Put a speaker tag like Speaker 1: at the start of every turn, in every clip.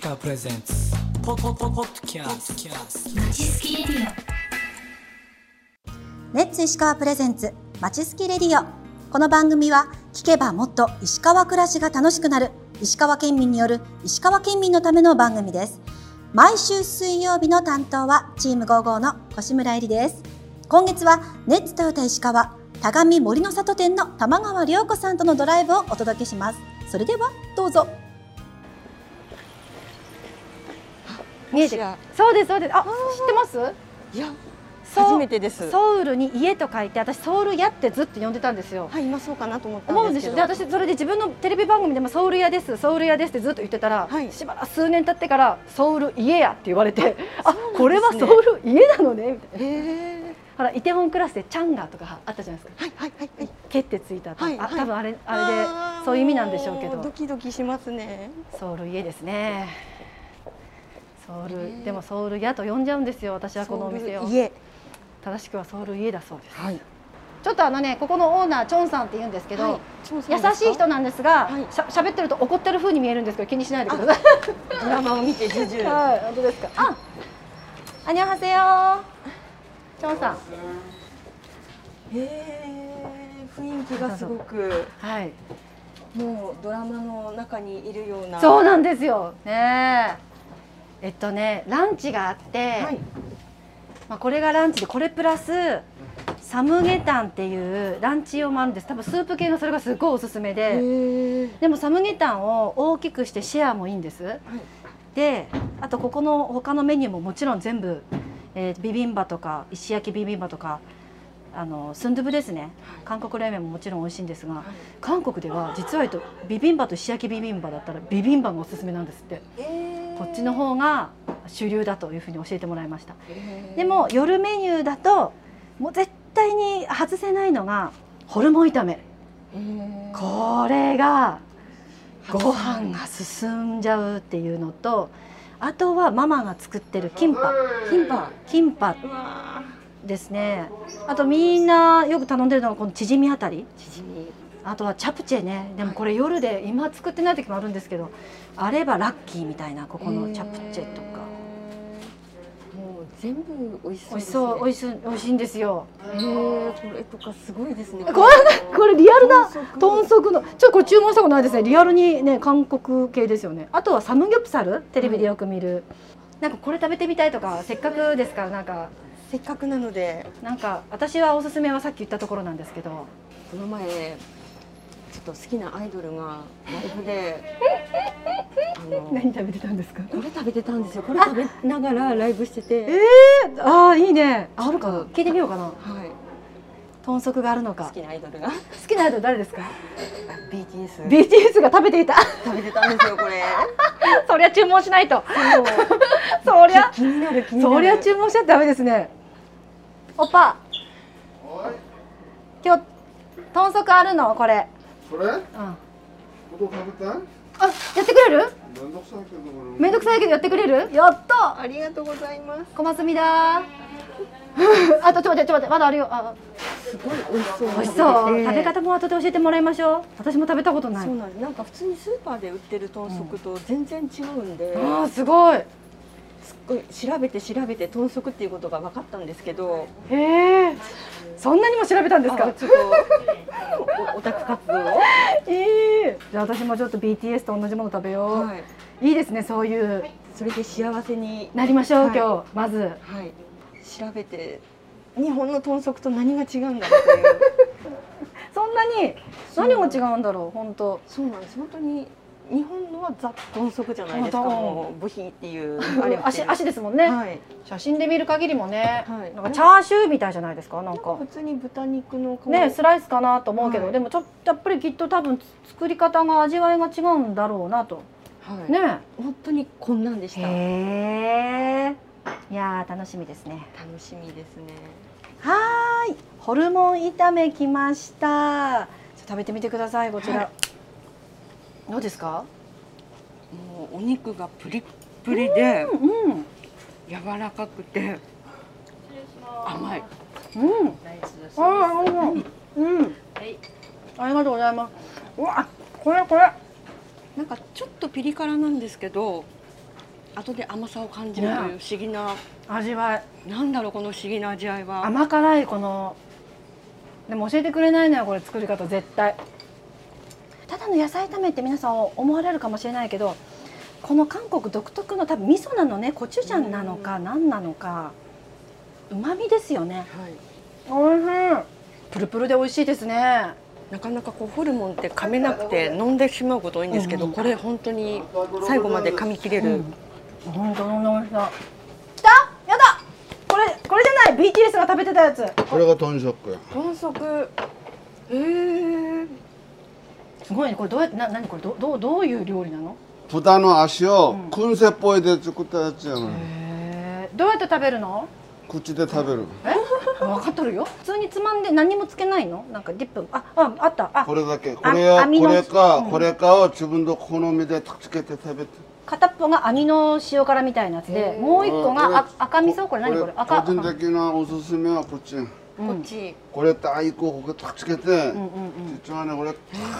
Speaker 1: カプレゼンツポポポポッドキャスト
Speaker 2: レッツ石川プレゼンツまちすきレディオこの番組は聞けばもっと石川暮らしが楽しくなる石川県民による石川県民のための番組です毎週水曜日の担当はチーム55の越村えりです今月はネッツトヨタ石川田上森の里店の玉川涼子さんとのドライブをお届けしますそれではどうぞ
Speaker 3: 見えて
Speaker 4: あ
Speaker 3: そうですそうですあ知ってます
Speaker 4: いや
Speaker 3: そう
Speaker 4: 初めてですは
Speaker 3: ソウルに家と書いて私ソウル屋ってずっと呼んでたんですよ
Speaker 4: い今そうかなと思った
Speaker 3: 思うん
Speaker 4: ん
Speaker 3: で
Speaker 4: ですす
Speaker 3: よ
Speaker 4: け
Speaker 3: で
Speaker 4: ど
Speaker 3: 私それで自分のテレビ番組でもソウル屋ですソウル屋ですってずっと言ってたら、
Speaker 4: はい
Speaker 3: しばらく数年経ってからソウル家やって言わ れてあ、
Speaker 4: ね
Speaker 3: これはソウル家なのねみたいな
Speaker 4: へえ
Speaker 3: ほらイテウォンクラスでチャンガーとかあったじゃないですか
Speaker 4: はいはいはいはい
Speaker 3: 蹴ってついたと、
Speaker 4: はい
Speaker 3: あ
Speaker 4: はい
Speaker 3: 多分あれあれ
Speaker 4: あー
Speaker 3: でそういう意味なんでしょうけ
Speaker 4: もド
Speaker 3: ど
Speaker 4: キドキしますね
Speaker 3: ソウル家ですねソウル、
Speaker 4: ね
Speaker 3: でもソウル屋と呼んじゃうんですよ私はこのお店を
Speaker 4: ソウル家
Speaker 3: 正しくはソウル家だそうです
Speaker 4: はい
Speaker 3: ちょっとあのねここのオーナーチョンさんって言うんですけど、優しい人なんですが、
Speaker 4: はい
Speaker 3: しゃ喋ってると怒ってる風に見えるんですけど気にしないでくださ
Speaker 4: ドラマを見てジュジ
Speaker 3: い。
Speaker 4: ュ
Speaker 3: はい、本当ですか。 あ、アニョハセヨ。チョンさん。
Speaker 4: へえ雰囲気がすごく
Speaker 3: はい。
Speaker 4: もうドラマの中にいるような
Speaker 3: そう
Speaker 4: う
Speaker 3: なんですよ。ねえ。えっとね、ランチがあって、
Speaker 4: はい
Speaker 3: まあこれがランチでこれプラスサムゲタンっていうランチ用もあるんです。多分スープ系のそれがすごいおすすめで。
Speaker 4: へえ
Speaker 3: でもサムゲタンを大きくしてシェアもいいんです、であとここの他のメニューももちろん全部、えービビンバとか石焼きビビンバとかあのスンドゥブですね韓国冷麺ももちろん美味しいんですが、韓国では実は言うとビビンバと石焼きビビンバだったらビビンバがおすすめなんですってこっちの方が主流だというふうに教えてもらいましたでも夜メニューだともう絶対に外せないのがホルモン炒めこれがご飯が進んじゃうっていうのとあとはママが作ってるキンパ
Speaker 4: キンパ
Speaker 3: キンパ
Speaker 4: うわ
Speaker 3: ですねあとみんなよく頼んでるのがこのチヂミあたり
Speaker 4: ーチヂミ
Speaker 3: あとはチャプチェねでもこれ夜で今作ってない時もあるんですけどあればラッキーみたいなここのチャプチェとか
Speaker 4: もう全部美味しそ
Speaker 3: 美
Speaker 4: うで
Speaker 3: 味し
Speaker 4: す
Speaker 3: そう美
Speaker 4: ね
Speaker 3: 味しい美味しいんですよ
Speaker 4: へえこれとかすごいですね
Speaker 3: これこれリアルな豚
Speaker 4: 豚
Speaker 3: 足のちょっとこれ注文したことないですねリアルにね韓国系ですよねあとはサムギョプサルテレビでよく見る、なんかこれ食べてみたいとかせっかくですからなんか
Speaker 4: せっかくなので
Speaker 3: なんか私はおすすめはさっき言ったところなんですけ ど
Speaker 4: この前ちょっと好きなアイドルがライブであの
Speaker 3: 食べてたんですか
Speaker 4: これ食べてたんですよこれ食べながらライブしてて、
Speaker 3: ああいいねあるかな聞いてみようかな
Speaker 4: はい、
Speaker 3: 豚足があるの
Speaker 4: 好
Speaker 3: か好
Speaker 4: きなアイドルが
Speaker 3: きなアイドル誰です か
Speaker 4: BTS
Speaker 3: BTS が食べていた
Speaker 4: 食べてたんですよこれ
Speaker 3: そりゃ注文しないと
Speaker 4: そう
Speaker 3: そりゃ
Speaker 4: 気になる気になる
Speaker 3: そりゃ注文しちゃダメですね。おっぱ。今日豚足あるのこれ。
Speaker 5: これ
Speaker 3: うん。あ
Speaker 5: ここ食べたい
Speaker 3: やってくれる？
Speaker 5: めんどくさいけど俺
Speaker 3: めんどくさいけどやってくれる？やった。
Speaker 4: ありがとうございます
Speaker 3: 小松みだ。 あとちょっと待ってちょっと待ってまだあるよ。あ
Speaker 4: すごい美味しそう
Speaker 3: 美味しそう、
Speaker 4: ええ
Speaker 3: 食べ方も後で教えてもらいましょう。私も食べたことない
Speaker 4: そう。なんですなんか普通にスーパーで売ってる豚足と全然違うんで、
Speaker 3: ああすごい。
Speaker 4: すっごい調べて調べて豚足っていうことが分かったんですけど
Speaker 3: へえ。そんなにも調べたんです
Speaker 4: あ
Speaker 3: か。
Speaker 4: ちょっとおおオタク活動を、
Speaker 3: ええ。じゃあ私もちょっと BTS と同じもの食べよう。
Speaker 4: はい、
Speaker 3: い、いですねそういう
Speaker 4: それで幸せに
Speaker 3: なりましょう、
Speaker 4: はい
Speaker 3: 今日まず。
Speaker 4: はい、調べて日本の豚足と何が違うんだろうという
Speaker 3: そんなに
Speaker 4: そう
Speaker 3: 何が違うんだろう本当
Speaker 4: そうなんです本当に日本のはザ豚足じゃないですか
Speaker 3: 本当
Speaker 4: もう部品っていうあ
Speaker 3: あ
Speaker 4: れ
Speaker 3: れ
Speaker 4: を着てる
Speaker 3: 足足ですもんね、
Speaker 4: はい
Speaker 3: 写真で見る限りもね、
Speaker 4: はい
Speaker 3: なんかチャーシューみたいじゃないですかなん
Speaker 4: なんか
Speaker 3: か
Speaker 4: 普通に豚肉の皮
Speaker 3: ねスライスかなと思うけど、
Speaker 4: はい
Speaker 3: でもちょっとやっぱりきっと多分つ作り方が味わいが違うんだろうなと
Speaker 4: はい、
Speaker 3: ね
Speaker 4: 本当にこんなんでした楽
Speaker 3: へえいやー楽しみですね
Speaker 4: しみですね
Speaker 3: はーいホルモン炒めきましたちょっと食べてみてくださいこちら、
Speaker 4: は
Speaker 3: どうですか
Speaker 4: もうお肉がプリップリで
Speaker 3: うんうん
Speaker 4: 柔らかくて甘い
Speaker 3: あーうんうんありがとうございますうわこれこれ
Speaker 4: なんかちょっとピリ辛なんですけど後で甘さを感じるという不思議な、
Speaker 3: 味わい
Speaker 4: なんだろうこの不思議な味わいは
Speaker 3: 甘辛いこのでも教えてくれないのよこれ作り方絶対ただの野菜炒めって皆さん思われるかもしれないけどこの韓国独特の多分味噌なのねコチュジャンなのか何なのかうまみですよね
Speaker 4: はい、
Speaker 3: おいしいプルプルで美味しいですね
Speaker 4: なかなかこうホルモンって噛めなくて飲んでしまうこと多いんですけど、これ本当に最後まで噛み切れる、
Speaker 3: 本当の美味しさきたやだこれこれじゃない BTS が食べてたやつ
Speaker 5: これが豚足や
Speaker 4: 豚足えー、
Speaker 3: すごいねこれどうやってな何これどどうどういう料理なの
Speaker 5: 豚の足を燻製っぽいで作ったやつやのよ
Speaker 3: へえどうやって食べるの
Speaker 5: 口で食べる
Speaker 3: え分かっとるよ普通につまんで何もつけないのなんかディップあああったあ
Speaker 5: これだけこ
Speaker 3: あ
Speaker 5: れを
Speaker 3: 網の
Speaker 5: これ
Speaker 3: う
Speaker 5: か
Speaker 3: ん
Speaker 5: これかを自分の好みでつけて食べて
Speaker 3: 片っぽが網の塩辛みたいなやつでもう一個があ赤味噌これ何これ赤
Speaker 5: 個人的なおすすめはこっちや
Speaker 4: こっち
Speaker 5: これとあいこをここつけて実はね俺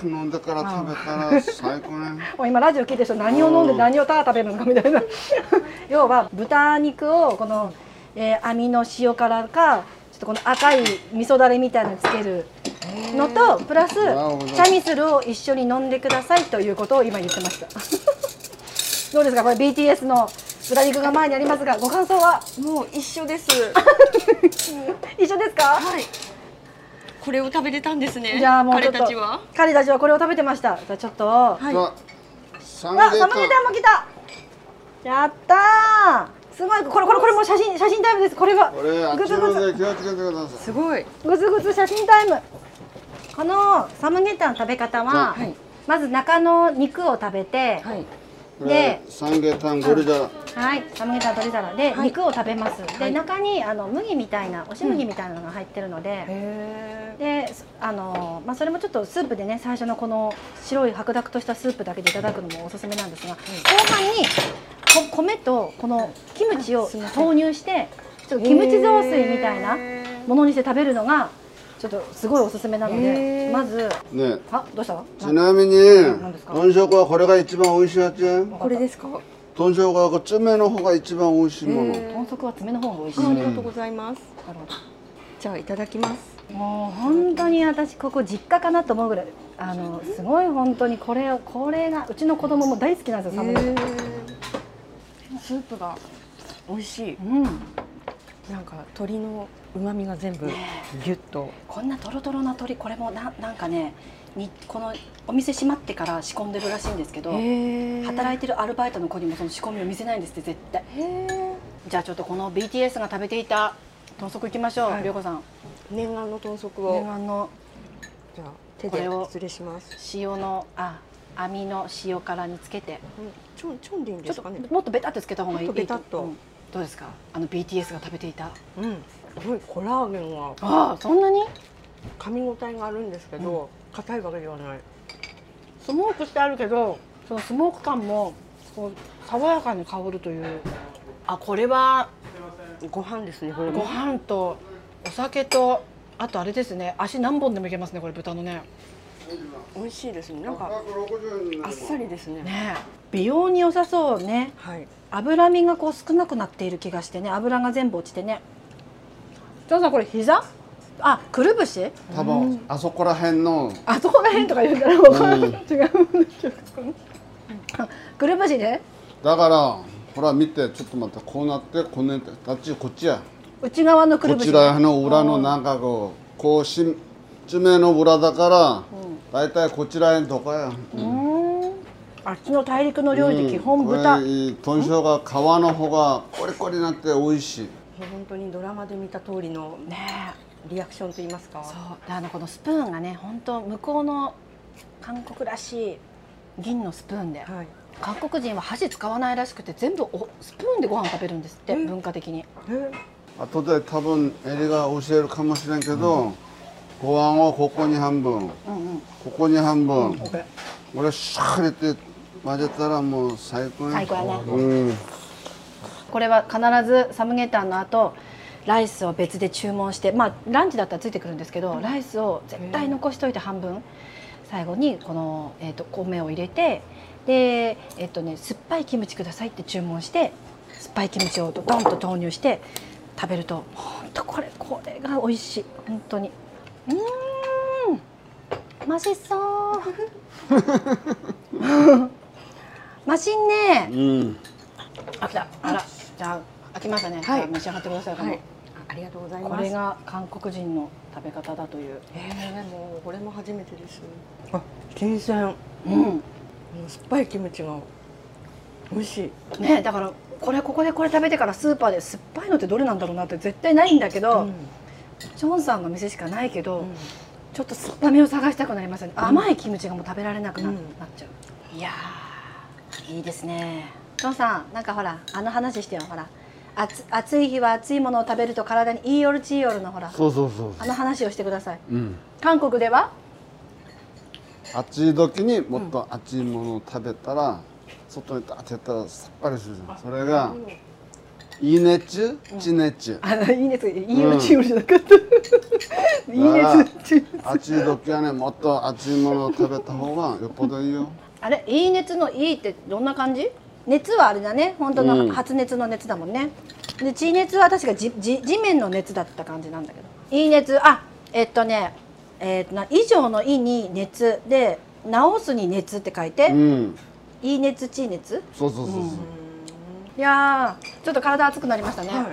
Speaker 5: 飲んでから食べたら最高ね
Speaker 3: もう今ラジオ聞いてる人何を飲んで何をただ食べるのかみたいな 要は豚肉をこの、えー網の塩辛かちょっとこの赤い味噌だれみたいなのつけるのとプラスチ
Speaker 5: なるほど
Speaker 3: ャミスルを一緒に飲んでくださいということを今言ってました どうですかこれ BTS の豚肉が前にありますがご感想は
Speaker 4: もう一緒です
Speaker 3: 一緒ですか
Speaker 4: はいこれを食べれたんですね
Speaker 3: じゃあもうちょっ
Speaker 4: 彼た
Speaker 3: と
Speaker 4: ちは
Speaker 3: 彼たちはこれを食べてましたじゃあちょっと、
Speaker 4: はい
Speaker 5: さあサム
Speaker 3: あ、
Speaker 5: ゲ
Speaker 3: サムゲタンも来た。やったー。すごい、これ、これ、これもう写真、写真タイムです。これが。
Speaker 5: これあっ
Speaker 3: ぐ
Speaker 5: ち
Speaker 3: つぐ
Speaker 5: の
Speaker 3: つ、
Speaker 5: で気をつけてください
Speaker 4: すごい
Speaker 3: ぐつぐつ写真タイム。このサムゲタンの食べ方は、
Speaker 4: はい
Speaker 3: まず中の肉を食べて。
Speaker 4: はい
Speaker 5: これサムゲタンゴリラ
Speaker 3: はい、サムゲタン鶏皿で、
Speaker 4: はい
Speaker 3: 肉を食べます。で、
Speaker 4: はい
Speaker 3: 中に、あの麦みたいな、おし麦みたいなのが入ってるので。
Speaker 4: へ
Speaker 3: で、そあのーまあ、それもちょっとスープでね最初のこの白い白濁としたスープだけでいただくのもおすすめなんですが、後半にこ米とこのキムチを
Speaker 4: すいません
Speaker 3: 投入してちょっ
Speaker 4: ー
Speaker 3: とキムチ雑炊みたいな
Speaker 4: へ
Speaker 3: ものにして食べるのがちょっとすごいおすすめなの
Speaker 4: へ
Speaker 3: で
Speaker 4: ー
Speaker 3: まず
Speaker 5: ね
Speaker 3: あどうした
Speaker 5: ちなみに
Speaker 3: んですか
Speaker 5: 豚食はこれが一番美味しいやつや
Speaker 4: ーこれですか
Speaker 5: 豚食はこっちめの方が一番美味しいもの
Speaker 4: へ
Speaker 3: 豚足は爪の方が美味しい、
Speaker 4: あ
Speaker 3: な
Speaker 4: あ
Speaker 3: る
Speaker 4: りがとうございます、
Speaker 3: ほど
Speaker 4: じゃあいただきます
Speaker 3: もう本当に私ここ実家かなと思うぐらいあのすごい本当にこれをこれがうちの子供も大好きなんですよサムゲタン
Speaker 4: スープが美味しい
Speaker 3: うん
Speaker 4: なんか鶏の旨味が全部ギュッと
Speaker 3: こんなトロトロな鶏これもななんかねにこのお店閉まってから仕込んでるらしいんですけど、働
Speaker 4: 働
Speaker 3: いてるアルバイトの子にもその仕込みを見せないんですって絶対
Speaker 4: いて
Speaker 3: じゃあちょっとこの BTS が食べていた豚足いきましょう、
Speaker 4: はい
Speaker 3: りょうこさん
Speaker 4: 念願の豚足
Speaker 3: 念
Speaker 4: を
Speaker 3: 願の
Speaker 4: じゃあ手
Speaker 3: こ
Speaker 4: で
Speaker 3: れを
Speaker 4: 失礼します
Speaker 3: 塩のあ網の塩辛につけて
Speaker 4: うんちょんちょんでいいん
Speaker 3: ちょ
Speaker 4: で
Speaker 3: っ
Speaker 4: す
Speaker 3: と
Speaker 4: かね
Speaker 3: もっとベタっとつけた方がいい
Speaker 4: もっとベタっと
Speaker 3: うんどうですかあの BTS が食べていた
Speaker 4: うんすごいコラーゲンは
Speaker 3: ああそんなに
Speaker 4: 噛み応えがあるんですけど硬いわけではないスモークしてあるけど
Speaker 3: そのスモーク感もこう爽やかに香るというあこれは
Speaker 4: ご飯ですねこれ
Speaker 3: ご
Speaker 4: も
Speaker 3: 飯とお酒とあとあれですね足何本でもいけますねこれ豚のね
Speaker 4: 美味しいですねなんか
Speaker 5: 160円
Speaker 4: あっさりですね
Speaker 3: ねえ美容に良さそうね
Speaker 4: はい
Speaker 3: 脂身がこう少なくなっている気がしてね脂が全部落ちてねジョンさんこれ膝あくるぶし
Speaker 5: 多分あそこら辺の
Speaker 3: あそこら辺とか言うから分からん違
Speaker 5: うん
Speaker 3: うんだけどあくるぶしね
Speaker 5: だからほら見てちょっと待ってこうなってこうねってあっちこっちや
Speaker 3: 内側のく
Speaker 5: こ
Speaker 3: るぶし
Speaker 5: ちらの裏の中をこうし爪の裏だから大体こちらへんとかや
Speaker 3: うんあっちの大陸の料理で基
Speaker 5: う
Speaker 3: 本
Speaker 5: ん
Speaker 3: 豚、
Speaker 5: これいい豚醤が皮の方がコリコリになって美味しい
Speaker 4: 本当にドラマで見た通りの
Speaker 3: ねえ
Speaker 4: リアクションと言いますか
Speaker 3: そうであのこのスプーンがね本当向こうの韓国らしい銀のスプーンで
Speaker 4: はい
Speaker 3: 韓国人は箸使わないらしくて全部おスプーンでご飯食べるんですって
Speaker 4: うん
Speaker 3: 文化的に
Speaker 5: 後で多分エリが教えるかもしれんけどご飯をここに半分ここに半分俺しゃくれて混ぜたらもう最高や
Speaker 3: 最高やね
Speaker 5: うん
Speaker 3: これは必ずサムゲタンの後ライスを別で注文してまあランチだったらついてくるんですけどライスを絶対残しといて半分最後にこの、えー、と米を入れてでえっとね酸っぱいキムチくださいって注文して酸っぱいキムチをドンと投入して食べるとほんとこれこれが美味しい本当にうーんマシそうマシンね
Speaker 5: うん。
Speaker 3: あ来たあらじゃあ開きましたね、
Speaker 4: はい
Speaker 3: じゃあ召し上がってください、こ
Speaker 4: は
Speaker 3: の
Speaker 4: い。あありがとうございます。
Speaker 3: これが韓国人の食べ方だという、
Speaker 4: えー、もうこれも初めてです。あ、新鮮。も
Speaker 3: うん
Speaker 4: う酸っぱいキムチが美味しい。
Speaker 3: ね、だからこれここでこれ食べてからスーパーで酸っぱいのってどれなんだろうなって絶対ないんだけど、
Speaker 4: うん
Speaker 3: チョンさんの店しかないけど、
Speaker 4: うん
Speaker 3: ちょっと酸っぱめを探したくなりましたね、
Speaker 4: ん
Speaker 3: 甘いキムチがもう食べられなくな,、
Speaker 4: うん
Speaker 3: なっちゃういやーいいですねチョンさんなんかほらあの話してよほら暑暑い日は暑いものを食べると体にいい夜ちい夜のほら
Speaker 5: そうそうそう
Speaker 3: あの話をしてください
Speaker 5: そう。うん。
Speaker 3: 韓国では
Speaker 5: 暑い時にもっと熱いものを食べたら、外に当てたらさっぱりするじゃんそれがいい熱中地熱中
Speaker 3: あいいですいい夜ちい夜じゃなかった、いい熱ちい
Speaker 5: 暑い時はねもっと熱いものを食べた方がよっぽどいいよ
Speaker 3: あれ、いい熱のいいってどんな感じ？熱はあれだね、本当の
Speaker 5: うん
Speaker 3: 発熱の熱だもんね。で、地熱は確かじじ地面の熱だった感じなんだけど。いい熱、あ、えっとね、えっとな以上のいに熱で治すに熱って書いて、
Speaker 5: うん
Speaker 3: いい熱地熱。
Speaker 5: そうそうそうそう、
Speaker 3: いやー、ちょっと体熱くなりましたね。
Speaker 4: はい。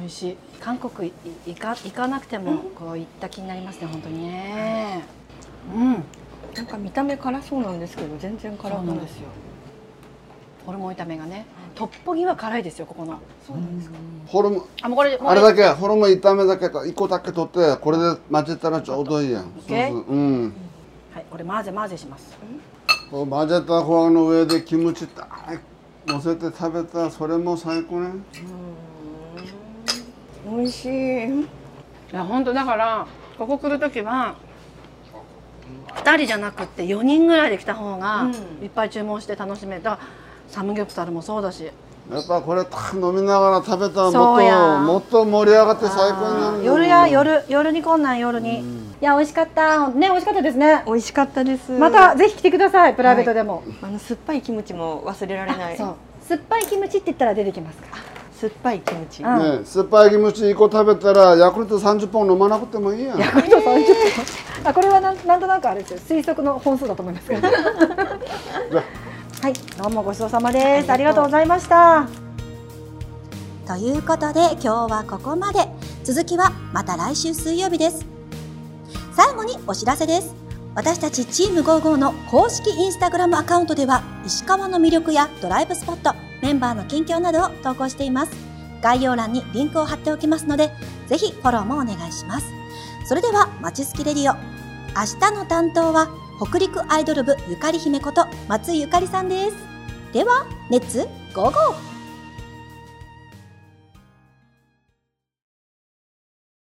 Speaker 3: 美味しい。韓国いい行か行かなくてもこう行った気になりますね、本当にね。うん、
Speaker 4: なんか見た目辛そうなんですけど全然辛くないですよ。
Speaker 3: ホルモン炒めがね、トッポギは辛いですよ、ここの。
Speaker 4: そうなんですか。
Speaker 5: ホルモン
Speaker 3: あ、もうこれもう
Speaker 5: あれだけホルモン炒めだけ1個だけ取ってこれで混ぜたらちょうどいいやんそう
Speaker 3: OK
Speaker 5: そううん
Speaker 3: はい、これ混ぜ混ぜします。
Speaker 5: こう混ぜた方の上でキムチだー乗せて食べたらそれも最高ね
Speaker 4: 美味しい。
Speaker 3: いや、本当だから、ここ来るときは。二人じゃなくって、四人ぐらいで来た方が、
Speaker 4: うん
Speaker 3: いっぱい注文して楽しめた。サムギョプサルもそうだし。
Speaker 5: やっぱこれ飲みながら食べたらも
Speaker 3: そう
Speaker 5: っ
Speaker 3: や
Speaker 5: ともっと盛り上がって最高になるよ
Speaker 3: 夜や、夜、夜にこんなん、夜に。いや、美味しかった。ね、美味しかったですね。
Speaker 4: 美味しかったです。
Speaker 3: また、ぜひ来てください。プライベートでも。
Speaker 4: あの酸っぱいキムチも忘れられない。
Speaker 3: そう。酸っぱいキムチって言ったら出てきますから。
Speaker 4: 酸っぱいキムチ。
Speaker 3: あ
Speaker 5: ね、酸っぱいキムチ1個食べたらヤクルト30本飲まなくてもいいやん
Speaker 3: これと30分。あ、これはなん、なんとなくあれですよ。推測の本数だと思いますけ ど。はい、どうもごちそうさまです。ありがとうございました。
Speaker 2: ということで今日はここまで続きはまた来週水曜日です最後にお知らせです私たちチーム55の公式インスタグラムアカウントでは石川の魅力やドライブスポットメンバーの近況などを投稿しています概要欄にリンクを貼っておきますのでぜひフォローもお願いしますそれではまちすきレディオ明日の担当は北陸アイドル部ゆかり姫こと松井ゆかりさんですではレッツゴーゴー